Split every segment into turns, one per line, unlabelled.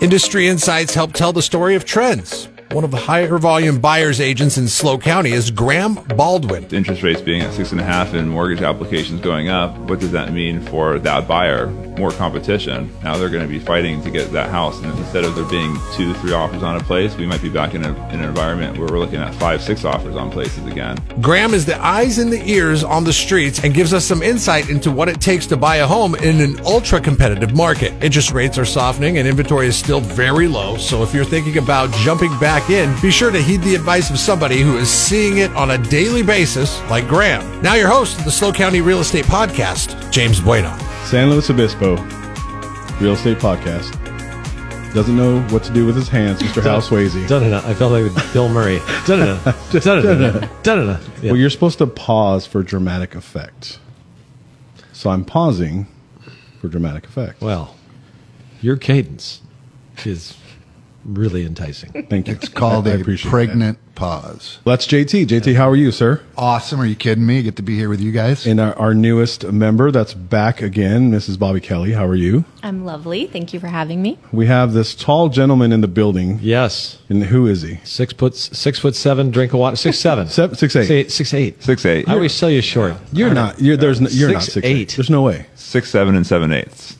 Industry insights help tell the story of trends. One of the higher volume buyers agents in Slow County is Graham Baldwin.
Interest rates being at six and a half and mortgage applications going up, what does that mean for that buyer? More competition. Now they're going to be fighting to get that house. And instead of there being two, three offers on a place, we might be back in, a, in an environment where we're looking at five, six offers on places again.
Graham is the eyes and the ears on the streets and gives us some insight into what it takes to buy a home in an ultra competitive market. Interest rates are softening and inventory is still very low. So if you're thinking about jumping back, in, be sure to heed the advice of somebody who is seeing it on a daily basis, like Graham. Now, your host of the Slow County Real Estate Podcast, James Bueno.
San Luis Obispo Real Estate Podcast. Doesn't know what to do with his hands, Mr. Hal Swayze.
Dunna. I felt like Bill Murray. Dunna. Dunna. Dunna.
Well, you're supposed to pause for dramatic effect. So I'm pausing for dramatic effect.
Well, your cadence is really enticing.
Thank you.
It's called
I- I
a
appreciate
pregnant pause.
that. Well, that's JT. JT, how are you, sir?
Awesome. Are you kidding me? Get to be here with you guys.
And our, our newest member that's back again, Mrs. Bobby Kelly. How are you?
I'm lovely. Thank you for having me.
We have this tall gentleman in the building.
Yes.
And who is he?
Six foot six foot seven, drink of water. Six seven.
Seven- six eight.
Six eight. Six eight.
Six, eight.
I always sell you short.
You're not. You're there's. No, you're not
Six,
six eight.
eight.
There's no way.
Six, seven, and seven eighths.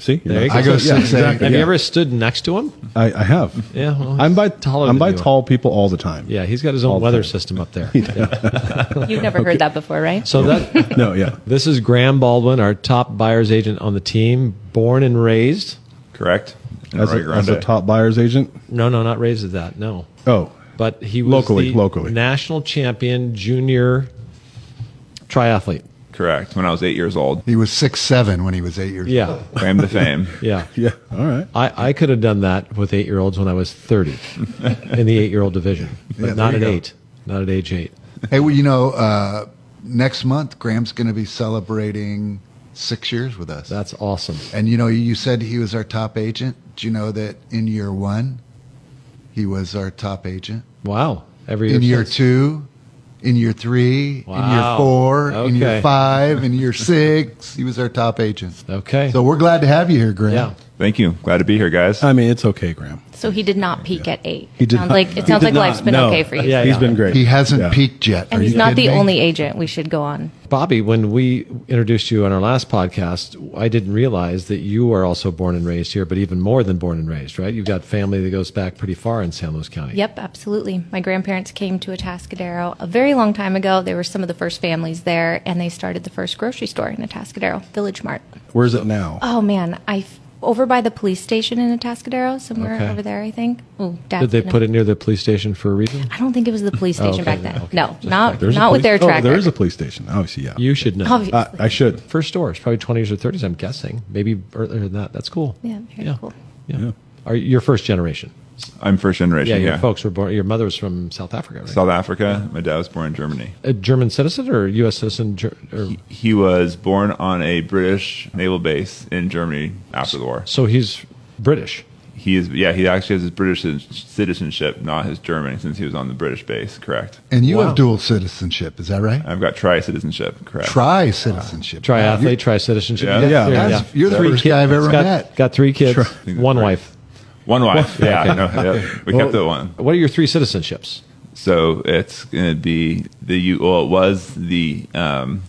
See,
There you
You're not-
go. I go
Yeah,
six, eight.
exactly.
Have
Yeah.
you ever stood next to him?
I, I have.
Yeah, well,
I'm by
he's taller
I'm
than
by
you are.
tall people all the time.
Yeah, he's got his own
All the
weather
time.
system up there.
You've never heard that before, right?
So that
No. Yeah.
this is Graham Baldwin, our top buyer's agent on the team, born and raised.
Correct? In
As a,
Rio
as a
Grande.
top buyer's agent.
No, no, not raised at that. No.
Oh,
But he was
Locally,
the
locally.
national champion junior triathlete.
Correct. When I was eight years old,
he was six seven when he was eight years old.
Yeah.
claim to fame.
Yeah.
yeah. All right.
I, I could have done that with eight year olds when I was 30 in the eight year old division, but
Yeah,
not at
there you go.
eight, not at age eight.
Hey, well, you know, uh, next month Graham's going to be celebrating six years with us.
That's awesome.
and you know, you said he was our top agent. Do you know that in year one, he was our top agent?
Wow. Every year
in year
since.
two, in year three, in
Wow.
year four, in
Okay.
year five, in year six. He was our top agent.
Okay.
So we're glad to have you here, Graham.
yeah.
Thank you. Glad to be here, guys.
Uh,
I mean, it's okay, Graham.
So he did not peak at eight.
He did
sounds
not-
like
he
it sounds like
did not,
life's been
no.
okay for you.
Yeah,
He's been great.
He hasn't
Yeah.
peaked yet.
And
Are
he's
you
not the
kidding me?
only agent we should go on.
Bobby, when we introduced you on our last podcast, I didn't realize that you are also born and raised here, but even more than born and raised, right? You've got family that goes back pretty far in San Luis County.
Yep, absolutely. My grandparents came to Atascadero a very long time ago. They were some of the first families there, and they started the first grocery store in Atascadero, Village Mart.
Where's it now?
Oh man, I f- over by the police station in Atascadero, somewhere
Okay.
over there, I think. Ooh,
Did they put it near the police station for a reason?
I don't think it was the police station
okay,
back then.
okay.
No, not
There's a
not with their
police-
tracker.
Oh, there is a police station. Obviously, yeah. Uh,
You should know.
Obviously.
I, I should.
First doors, probably 20s or 30s, I'm guessing. Maybe earlier than that. That's cool.
Yeah, very cool.
Yeah. Are your first generation?
I'm first
Yeah,
generation.
your folks were born. Your mother was from South Africa, right?
South Africa. My dad was born in Germany.
a German citizen or U.S. citizen? Ger- Or,
He was born on a British naval base in Germany after the war.
so he's British.
He is, yeah, he actually has his British cit- citizenship, not his German, since he was on the British base. Correct.
And you
Wow.
have dual citizenship, is that right?
I've got tri citizenship. Correct.
Tri citizenship.
Triathlete, tri citizenship.
Yeah.
Yeah.
That's- you're the first guy I've ever met.
Got three kids,
think
one
that's
wife.
one wife. yeah, I know. yeah. we kept the one.
What are your three citizenships?
So it's going to be the U. Well, it was the um,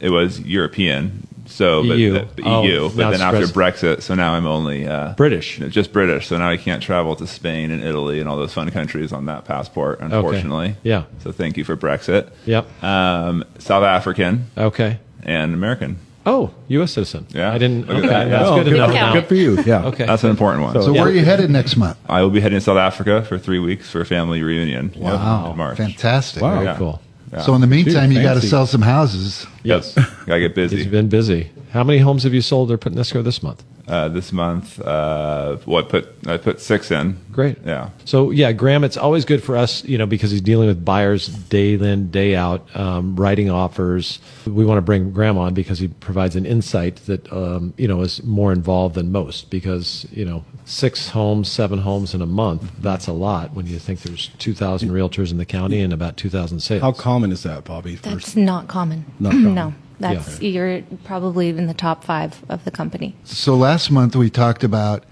it was European. So but,
EU.
the
Oh,
EU.
now
But then
it's
after
pres-
Brexit, so now I'm only uh,
British.
no, just British. So now I can't travel to Spain and Italy and all those fun countries on that passport, unfortunately.
Yeah.
So thank you for Brexit.
Yep.
Um, South African
Okay.
and American.
Oh, U.S. citizen.
Yeah.
I didn't.
Look at
Okay.
that.
That's
Oh,
good,
good,
enough.
for-
Yeah.
good for you. Yeah.
Okay.
That's an important one.
So
So
where are
Yeah.
you headed next month?
I will be heading to South Africa for three weeks for a family reunion.
Wow.
in March.
Fantastic.
Wow.
Very cool.
So in the meantime,
Gee,
you got to
fancy.
sell some houses.
Yes. Gotta get
He's
busy.
been busy. How many homes have you sold or put in escrow this month?
uh, this month. Uh, well, I put I put six in.
Great.
Yeah.
So yeah, Graham, it's always good for us, you know, because he's dealing with buyers day in, day out, um, writing offers. We want to bring Graham on because he provides an insight that um, you know is more involved than most. Because you know, six homes, seven homes in a month—that's a lot when you think there's 2,000 realtors in the county and about 2,000 sales.
How common is that, Bobby?
That's not common.
Not common.
no, that's you're probably in the top five of the company.
So last month we talked about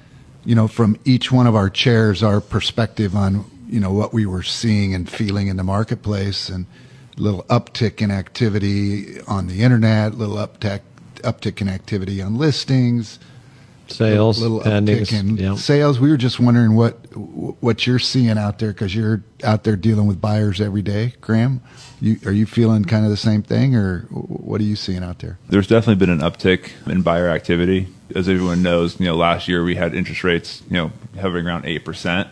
you know, from each one of our chairs, our perspective on, you know, what we were seeing and feeling in the marketplace and little uptick in activity on the internet, little uptick, uptick in activity on listings,
Sales,
little
endings,
uptick in
yeah.
sales. We were just wondering what what you're seeing out there because you're out there dealing with buyers every day, Graham. You, are you feeling kind of the same thing, or what are you seeing out there?
There's definitely been an uptick in buyer activity. As everyone knows, you know, last year we had interest rates, you know, hovering around 8%.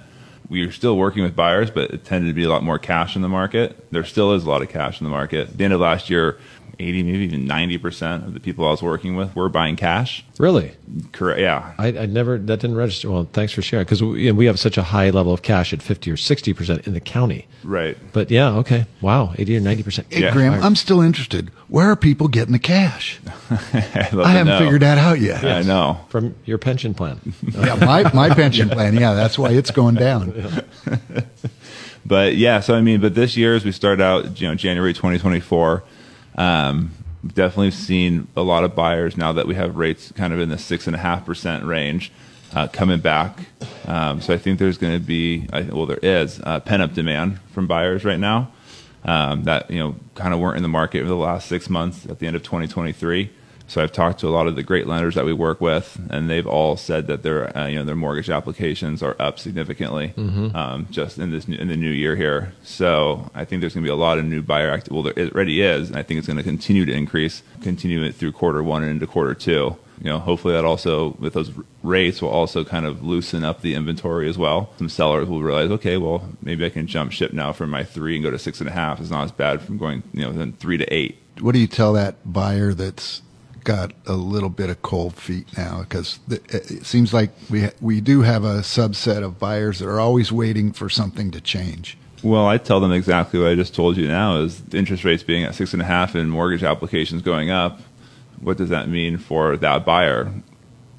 We are still working with buyers, but it tended to be a lot more cash in the market. There still is a lot of cash in the market. At the end of last year, 80, maybe even 90% of the people I was working with were buying cash.
Really?
Correct. Yeah.
I, I never, that didn't register. Well, thanks for sharing. Because we, you know, we have such a high level of cash at 50 or 60% in the county.
Right.
But yeah, okay. Wow. 80 or 90%.
Hey,
Yeah.
Graham, I'm still interested. Where are people getting the cash?
I'd love
I
to
haven't
know.
figured that out yet.
I know.
From your pension plan.
Yeah, my, my pension plan. Yeah, that's why it's going down.
But yeah, so I mean, but this year as we start out, you know, January 2024, um, we've definitely seen a lot of buyers now that we have rates kind of in the six and a half percent range uh, coming back. Um, so I think there's going to be, I, well, there is uh, pent up demand from buyers right now um, that you know kind of weren't in the market over the last six months at the end of 2023. So I've talked to a lot of the great lenders that we work with, and they've all said that their uh, you know their mortgage applications are up significantly um, just in this new, in the new year here. So I think there's going to be a lot of new buyer active. Well, there it already is, and I think it's going to continue to increase, continue it through quarter one and into quarter two. You know, hopefully that also with those r- rates will also kind of loosen up the inventory as well. Some sellers will realize, okay, well maybe I can jump ship now from my three and go to six and a half. It's not as bad from going you know then three to eight.
What do you tell that buyer that's got a little bit of cold feet now? Because it seems like we we do have a subset of buyers that are always waiting for something to change.
Well, I tell them exactly what I just told you now is the interest rates being at six and a half and mortgage applications going up. What does that mean for that buyer?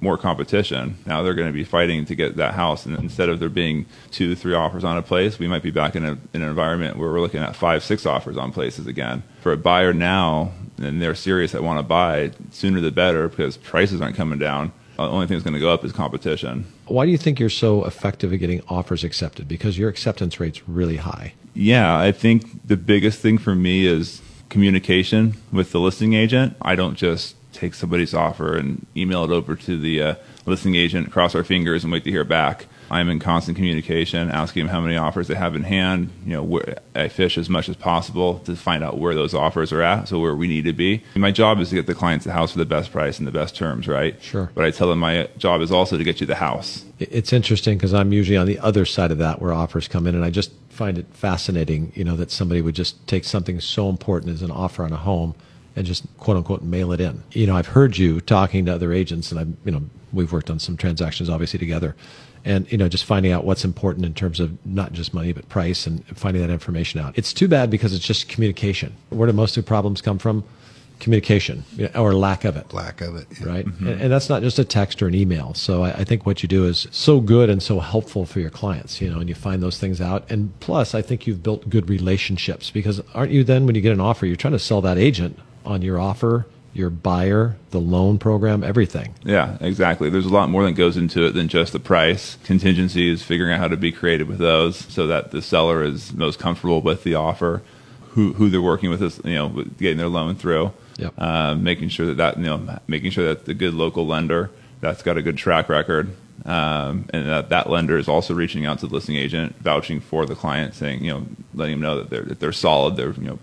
More competition. Now they're going to be fighting to get that house. And instead of there being two, three offers on a place, we might be back in, a, in an environment where we're looking at five, six offers on places again. For a buyer now, and they're serious that want to buy, sooner the better because prices aren't coming down. The only thing that's going to go up is competition.
Why do you think you're so effective at getting offers accepted? Because your acceptance rate's really high.
Yeah, I think the biggest thing for me is communication with the listing agent. I don't just take somebody's offer and email it over to the uh, listing agent, cross our fingers, and wait to hear back. I'm in constant communication, asking them how many offers they have in hand. You know, where I fish as much as possible to find out where those offers are at, so where we need to be. My job is to get the clients the house for the best price and the best terms, right?
Sure.
But I tell them my job is also to get you the house.
It- It's interesting because I'm usually on the other side of that where offers come in, and I just find it fascinating, you know, that somebody would just take something so important as an offer on a home and just quote unquote mail it in. You know, I've heard you talking to other agents, and I've, you know, we've worked on some transactions obviously together, and you know, just finding out what's important in terms of not just money but price and finding that information out. It's too bad because it's just communication. Where do most of the problems come from? Communication you know, or lack of it
Lack of it.
right? And, and that's not just a text or an email. So I, I think what you do is so good and so helpful for your clients, you know, and you find those things out. And plus, I think you've built good relationships because aren't you then, when you get an offer, you're trying to sell that agent on your offer, your buyer, the loan program, everything.
Yeah, exactly. There's a lot more that goes into it than just the price. Contingencies, figuring out how to be creative with those so that the seller is most comfortable with the offer, who who they're working with is you know with getting their loan through,
Yep.
uh, making sure that that you know making sure that the good local lender that's got a good track record. Um, and that, that lender is also reaching out to the listing agent, vouching for the client, saying, you know, letting them know that they're, that they're solid, they're, you know,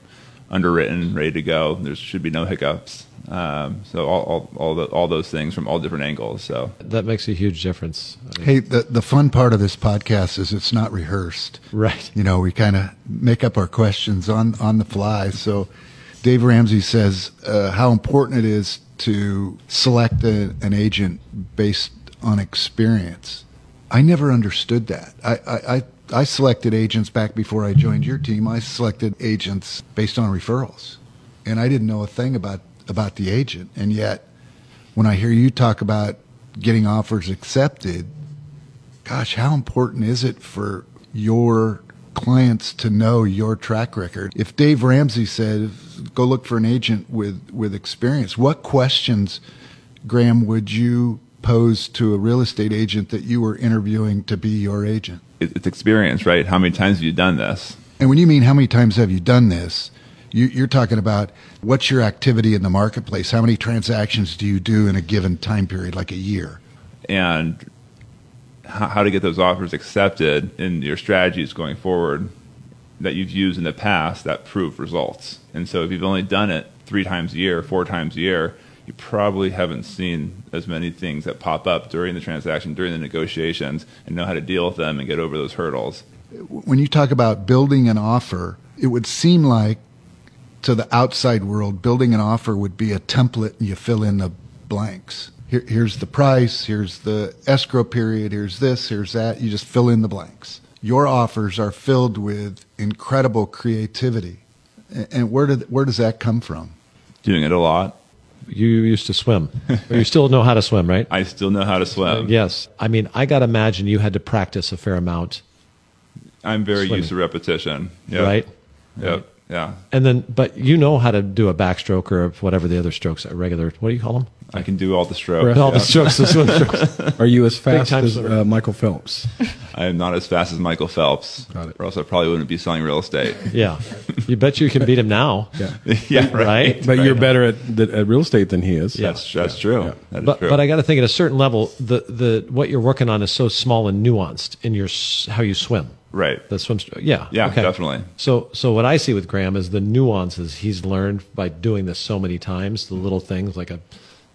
underwritten, ready to go. There should be no hiccups. Um, so all all all, the, all those things from all different angles. So
That makes a huge difference. I mean,
Hey, the the fun part of this podcast is it's not rehearsed.
Right.
You know, we kind of make up our questions on on the fly. So, Dave Ramsey says uh, how important it is to select a, an agent based on experience. I never understood that. I, I, I I selected agents back before I joined your team. I selected agents based on referrals, and I didn't know a thing about about the agent. And yet, when I hear you talk about getting offers accepted, gosh, how important is it for your clients to know your track record? If Dave Ramsey said, go look for an agent with, with experience, what questions, Graham, would you opposed to a real estate agent that you were interviewing to be your agent.
It- It's experience, right? How many times have you done this?
And when you mean how many times have you done this, you, you're talking about what's your activity in the marketplace? How many transactions do you do in a given time period, like a year?
and how, how to get those offers accepted in your strategies going forward that you've used in the past that prove results. And so if you've only done it three times a year, four times a year, you probably haven't seen as many things that pop up during the transaction, during the negotiations, and know how to deal with them and get over those hurdles.
when you talk about building an offer, it would seem like to the outside world, building an offer would be a template and you fill in the blanks. Here, here's the price, here's the escrow period, here's this, here's that. You just fill in the blanks. Your offers are filled with incredible creativity. A- And where, did, where does that come from?
Doing it a lot.
You used to swim. you still know how to swim, right?
I still know how to swim.
yes. I mean, I got to imagine you had to practice a fair amount,
I'm very
Swimming.
used to repetition. Yep.
right?
Yep. Yeah.
And then, but you know how to do a backstroke or whatever the other strokes are, regular, what do you call them?
I can do all the
Or
strokes.
all the
Yep.
strokes, the swim strokes.
Are you as fast
time
as
swimmer.
uh, Michael Phelps?
I am not as fast as Michael Phelps,
Got it.
or else I probably wouldn't be selling real estate.
Yeah. You bet you can beat him now.
Yeah.
yeah, right.
Right?
But you're
Right.
better at, th- at real estate than he is.
Yeah.
That's that's true.
yeah.
That is
but,
true.
but I got to think at a certain level, the, the what you're working on is so small and nuanced in your s- how you swim.
right.
The swim, stro- yeah,
Yeah, definitely.
So, so what I see with Graham is the nuances he's learned by doing this so many times. The little things like a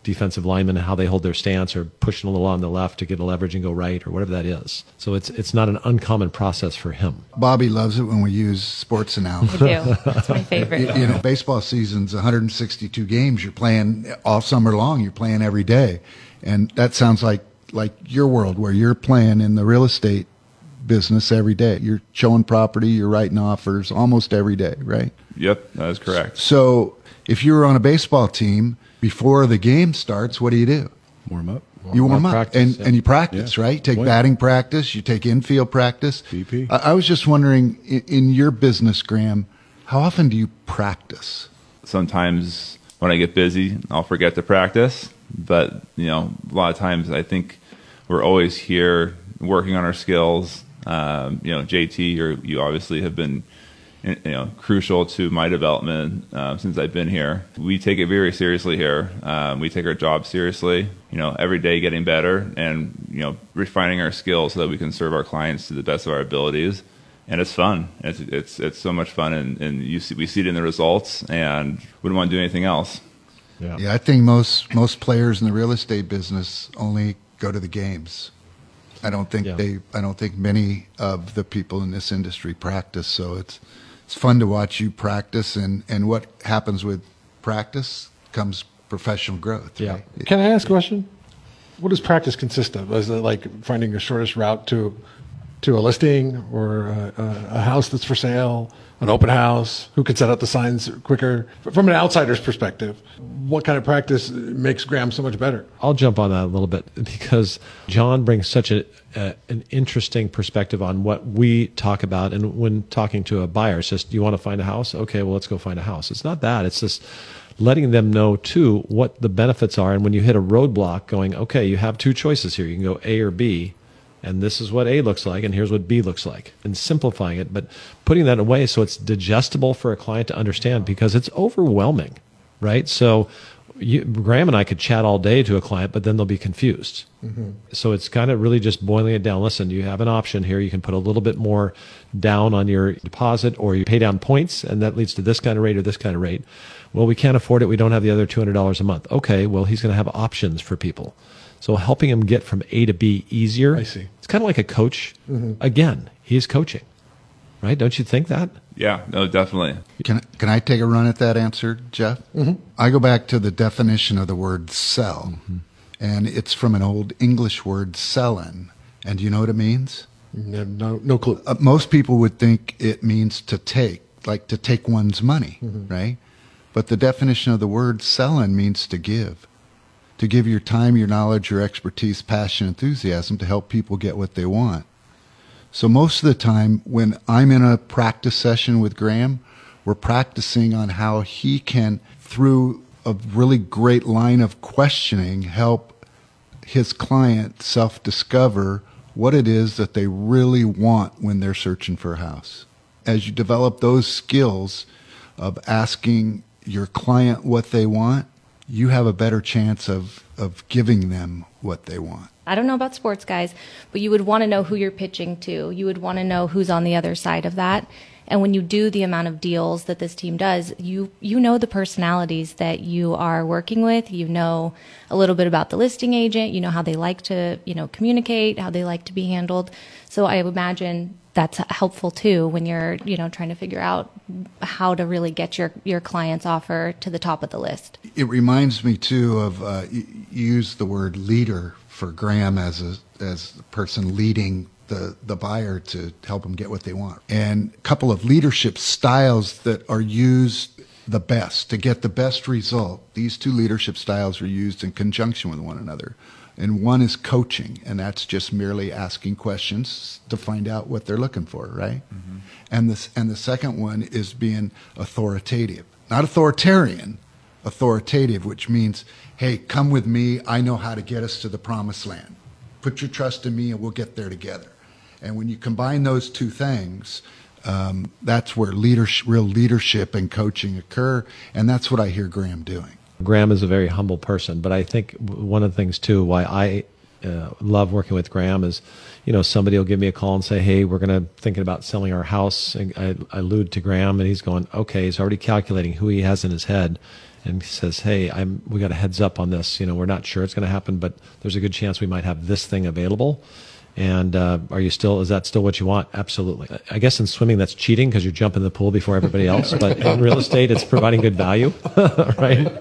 defensive lineman and how they hold their stance, or pushing a little on the left to get a leverage and go right, or whatever that is. So it's it's not an uncommon process for him.
Bobby loves it when we use sports
I
analogies.
do. That's my favorite.
you know, baseball season's 162 games. You're playing all summer long. You're playing every day, and that sounds like like your world where you're playing in the real estate business every day. You're showing property. You're writing offers almost every day, right?
Yep, that is correct.
So if you're on a baseball team before the game starts, what do you do?
Warm up.
You warm up
practice,
and,
yeah.
and you practice,
Yeah.
right? You take
Point.
batting practice, you take infield practice.
BP.
I, I was just wondering, in, in your business, Graham, how often do you practice?
Sometimes when I get busy, I'll forget to practice. But you know, a lot of times I think we're always here working on our skills. Um, you know, JT, you're, you obviously have been you know crucial to my development um, since I've been here. We take it very seriously here. Um, we take our job seriously. You know, every day getting better and you know refining our skills so that we can serve our clients to the best of our abilities. And it's fun. It's it's it's so much fun, and, and you see, we see it in the results. And wouldn't want to do anything else.
Yeah, I think most most players in the real estate business only go to the games. I don't think
Yeah.
they. I don't think many of the people in this industry practice. So it's it's fun to watch you practice, and and what happens with practice comes professional growth.
Yeah.
right?
Can I ask a question? What does practice consist of? Is it like finding your shortest route to to a listing or a, a, a house that's for sale, an open house? Who can set out the signs quicker? From an outsider's perspective, what kind of practice makes Graham so much better?
I'll jump on that a little bit because John brings such a, a an interesting perspective on what we talk about. And when talking to a buyer, it's just, you want to find a house? Okay, well, let's go find a house. It's not that. It's just letting them know, too, what the benefits are. And when you hit a roadblock, going, okay, you have two choices here. You can go A or B and this is what A looks like, and here's what B looks like, and simplifying it, but putting that away so it's digestible for a client to understand because it's overwhelming, right? So, you, Graham and I could chat all day to a client, but then they'll be confused. So it's kind of really just boiling it down. Listen, you have an option here. You can put a little bit more down on your deposit, or you pay down points, and that leads to this kind of rate or this kind of rate. Well, we can't afford it. We don't have the other two hundred dollars a month. Okay, well he's going to have options for people. So helping him get from A to B easier.
I see. Mm-hmm.
It's kind of like a coach. Again, he's coaching, right? Don't you think that?
Yeah, no, definitely.
Can can I take a run at that answer, Jeff? Mm-hmm. I go back to the definition of the word sell,
Mm-hmm.
and it's from an old English word sellin, and you know what it means?
No, no, no clue.
uh, most people would think it means to take, like to take one's money, right? But the definition of the word selling means to give, to give your time, your knowledge, your expertise, passion, enthusiasm to help people get what they want. So most of the time when I'm in a practice session with Graham, we're practicing on how he can, through a really great line of questioning, help his client self discover what it is that they really want when they're searching for a house. As you develop those skills of asking your client what they want, you have a better chance of, of giving them what they want.
I don't know about sports guys, but you would want to know who you're pitching to. You would want to know who's on the other side of that. And when you do the amount of deals that this team does, you you know the personalities that you are working with. You know a little bit about the listing agent. You know how they like to you know communicate, how they like to be handled. So I imagine that's helpful too when you're you know trying to figure out how to really get your your client's offer to the top of the list.
It reminds me too of uh, you you used the word leader for Graham as a as the person leading the the buyer to help them get what they want, and a couple of leadership styles that are used the best to get the best result. These two leadership styles are used in conjunction with one another. And one is coaching, and that's just merely asking questions to find out what they're looking for, right? And this and the second one is being authoritative, not authoritarian, authoritative, which means, hey, come with me. I know how to get us to the promised land. Put your trust in me, and we'll get there together. And when you combine those two things, um, that's where leadership, real leadership and coaching occur. And that's what I hear Graham doing.
Graham is a very humble person, but I think w- one of the things too why I uh, love working with Graham is, you know, somebody will give me a call and say, "Hey, we're going to thinking about selling our house," and I, I allude to Graham, and he's going, "Okay," he's already calculating who he has in his head, and he says, "Hey, I'm we got a heads up on this. You know, we're not sure it's going to happen, but there's a good chance we might have this thing available." And uh, are you still? Is that still what you want? Absolutely. I- I guess in swimming that's cheating because you jump in the pool before everybody else. But in real estate, it's providing good value, right?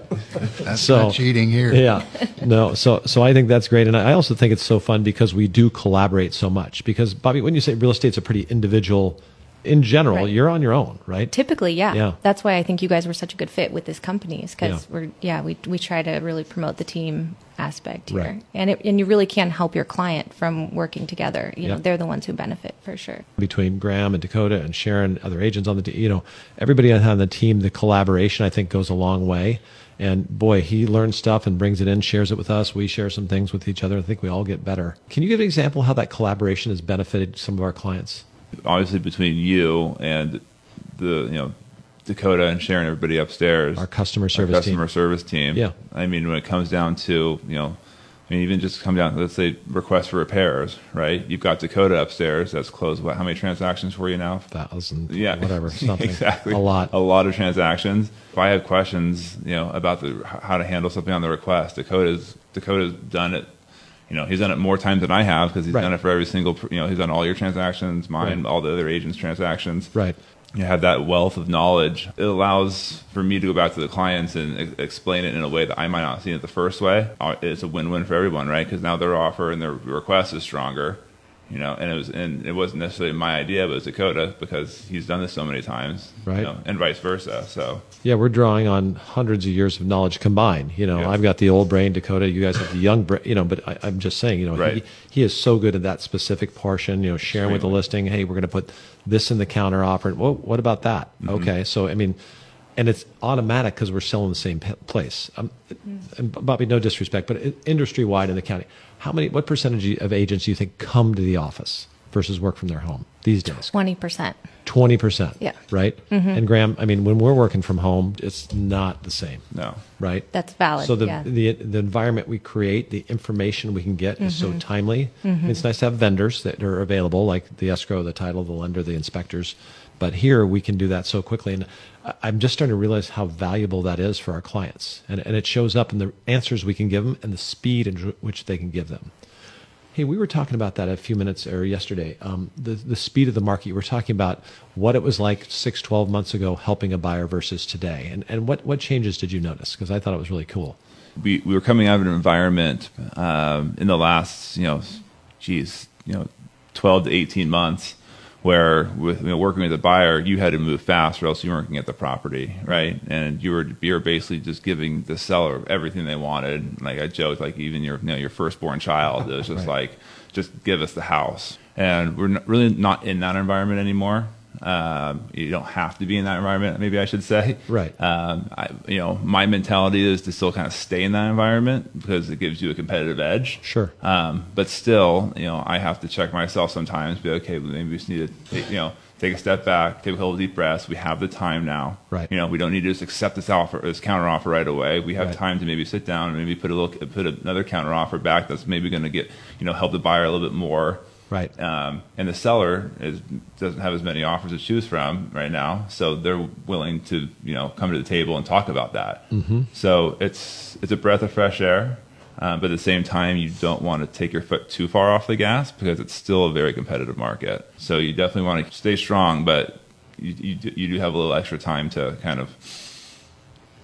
That's
So-
not cheating here.
Yeah. No. So so I think that's great, and I also think it's so fun because we do collaborate so much. Because Bobby, when you say real estate's a pretty individual, in general,
Right.
you're on your own, right?
Typically, yeah.
Yeah.
That's why I think you guys were such a good fit with this company is because
Yeah.
we're yeah we we try to really promote the team aspect here,
Right.
and it, and you really can help your client from working together. You know,
Yeah.
they're the ones who benefit for sure.
Between Graham and Dakota and Sharon, other agents on the team, you know, everybody on the team, the collaboration I think goes a long way. And boy, he learns stuff and brings it in, shares it with us. We share some things with each other. I think we all get better. Can you give an example how that collaboration has benefited some of our clients?
obviously between you and the you know Dakota and Sharon, everybody upstairs,
Our customer service team.
customer service team.
Yeah.
I mean when it comes down to you know, I mean even just come down. Let's say request for repairs, right? You've got Dakota upstairs. That's closed. What? How many transactions for you now?
Thousand,
yeah,
whatever, something,
exactly.
a lot,
a lot of transactions. If I have questions, you know, about the how to handle something on the request, Dakota's Dakota's done it. You know, he's done it more times than I have because he's
Right.
done it for every single. You know, he's done all your transactions, mine, all the other agents' transactions.
right?
You have that wealth of knowledge. It allows for me to go back to the clients and ex- explain it in a way that I might not have seen it the first way. Uh, It's a win-win for everyone, right? Because now their offer and their request is stronger. You know, and it was and it wasn't necessarily my idea, but it was Dakota because he's done this so many times, you
Right.
know, and vice versa. So
Yeah, we're drawing on hundreds of years of knowledge combined. You know,
Yeah.
I've got the old brain, Dakota. You guys have the young brain. You know, but I, I'm just saying, you know,
Right.
he, he is so good at that specific portion. You know, sharing with the
Extremely.
listing. Hey, we're going to put this in the counter offer. Well, what about that?
Mm-hmm.
Okay, so I mean, and it's automatic because we're selling the same p- place. Um, and Bobby, no disrespect, but industry wide in the county, how many? What percentage of agents do you think come to the office versus work from their home these days?
Twenty percent.
twenty percent.
Yeah. Mm-hmm.
Right. And Graham, I mean, when we're working from home, it's not the same.
no,
Right.
That's valid,
So the
yeah.
the the environment we create, the information we can get is
Mm-hmm.
so timely. It's nice to have vendors that are available, like the escrow, the title, the lender, the inspectors. But here we can do that so quickly, and I- I'm just starting to realize how valuable that is for our clients, and and it shows up in the answers we can give them and the speed in which they can give them. Hey, we were talking about that a few minutes or yesterday. Um, the the speed of the market. You were talking about what it was like six, 12 months ago, helping a buyer versus today, and and what what changes did you notice? Because I thought it was really cool.
we we were coming out of an environment um, in the last you know, geez, you know, twelve to eighteen months where with you know, working with a buyer, you had to move fast or else you weren't going to get the property, right? And you were you were basically just giving the seller everything they wanted. Like I joked, like even your you know your firstborn child, it was just like just give us the house. And we're not, really not in that environment anymore. Um, you don't have to be in that environment. Maybe I should say.
Right.
Um, I, you know, my mentality is to still kind of stay in that environment because it gives you a competitive edge.
Sure.
Um, but still, you know, I have to check myself sometimes. Be okay. well, Maybe we just need to, take, you know, take a step back, take a couple deep breaths. We have the time now.
Right.
You know, we don't need to just accept this offer, this counter offer right away. We have
Right.
time to maybe sit down and maybe put a little, put another counter offer back. That's maybe going to get, you know, help the buyer a little bit more.
Right.
Um, and the seller is, doesn't have as many offers to choose from right now, so they're willing to you know come to the table and talk about that. Mm-hmm. So it's it's a breath of fresh air, um, but at the same time, you don't want to take your foot too far off the gas because it's still a very competitive market. So you definitely want to stay strong, but you you, do- you do have a little extra time to kind of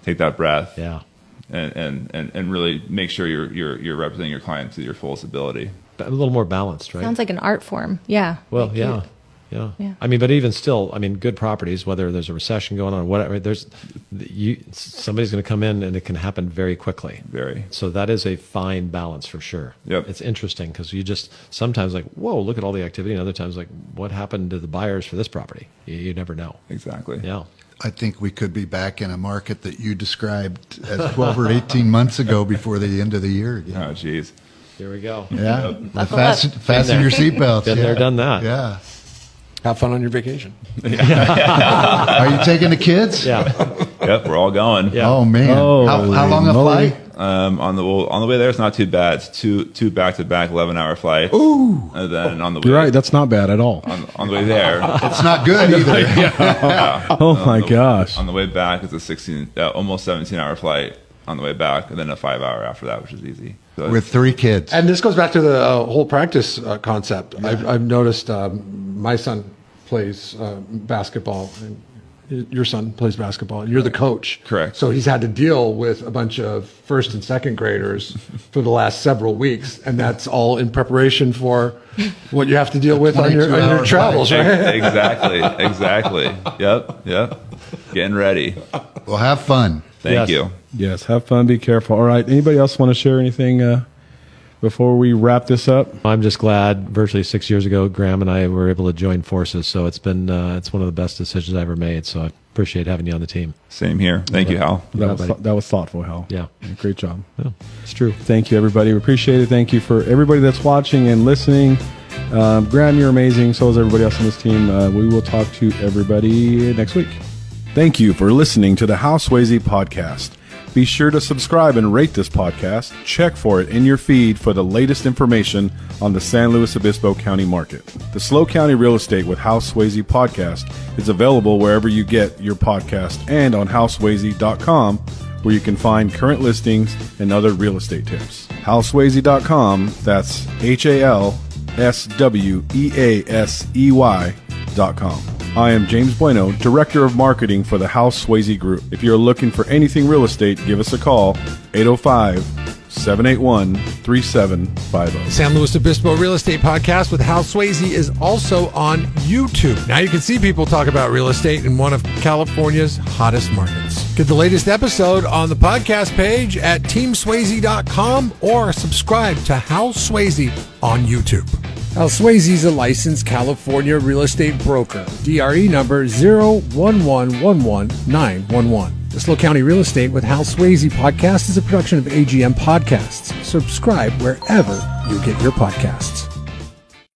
take that breath
Yeah.
and, and, and, and really make sure you're, you're you're representing your client to your fullest ability.
But A little more balanced, right?
Sounds like an art form. Yeah.
Well,
Like you-
yeah, yeah.
Yeah.
I mean, but even still, I mean, good properties, whether there's a recession going on or whatever, there's you somebody's going to come in and it can happen very quickly.
Very.
So that is a fine balance for sure.
Yep.
It's interesting because you just sometimes like, whoa, look at all the activity, and other times like, what happened to the buyers for this property? You, you never know.
Exactly.
Yeah.
I think we could be back in a market that you described as 12 or 18 months ago before the end of the year again.
Oh, jeez.
Here we go.
Yeah. Well,
up.
fasten fasten your seatbelts.
Been
yeah.
there, done that.
Yeah.
Have fun on your vacation.
Are you taking the kids?
Yeah.
Yep, we're all going.
Yeah.
Oh, man. how, how
Holy
long a
moly.
flight?
Um, on the well, on the way there, it's not too bad. It's two two back to back eleven hour flights. Ooh. And then on the way,
You're right. That's not bad at all.
on, on the way there,
It's not good either.
Oh my gosh.
on the way back, it's a sixteen, uh, almost seventeen hour flight on the way back, and then a five hour after that, which is easy. So
With three kids.
And this goes back to the uh, whole practice uh, concept. I've, I've noticed um, my son plays uh, basketball, and y- your son plays basketball. You're the coach,
Correct.
So he's had to deal with a bunch of first and second graders for the last several weeks, and that's all in preparation for what you have to deal with on your, on
22-hour
your travels,
Ex-
right?
exactly, exactly. Yep, yep. Getting ready.
Well, have fun.
Thank
Yes.
you.
Yes. Have fun. Be careful. All right. Anybody else want to share anything uh, before we wrap this up?
I'm just glad virtually six years ago, Graham and I were able to join forces. So it's been uh, it's one of the best decisions I ever made. So I appreciate having you on the team.
Same here. Thank you, Hal.
That was
buddy.
that was thoughtful, Hal.
Yeah.
Great job.
Yeah, it's true.
Thank you, everybody. We appreciate it. Thank you for everybody that's watching and listening. Um, Graham, you're amazing. So is everybody else on this team. Uh, we will talk to everybody next week. Thank you for listening to the House Swayze podcast. Be sure to subscribe and rate this podcast. Check for it in your feed for the latest information on the San Luis Obispo County market. The Slow County Real Estate with House Swayze podcast is available wherever you get your podcast and on housewayze.com where you can find current listings and other real estate tips. HalSwayze.com, that's H A L S W E A S E Y.com. I am James Bueno, Director of Marketing for the House Swayze Group. If you're looking for anything real estate, give us a call 805 781 3750.
Sam Luis Obispo Real Estate Podcast with Hal Swayze is also on YouTube. Now you can see people talk about real estate in one of California's hottest markets. Get the latest episode on the podcast page at teamswayze.com or subscribe to Hal Swayze on YouTube.
Al Swayze is a licensed California real estate broker. DRE number 01111911911. The Slow County Real Estate with Hal Swayze podcast is a production of AGM Podcasts. Subscribe wherever you get your podcasts.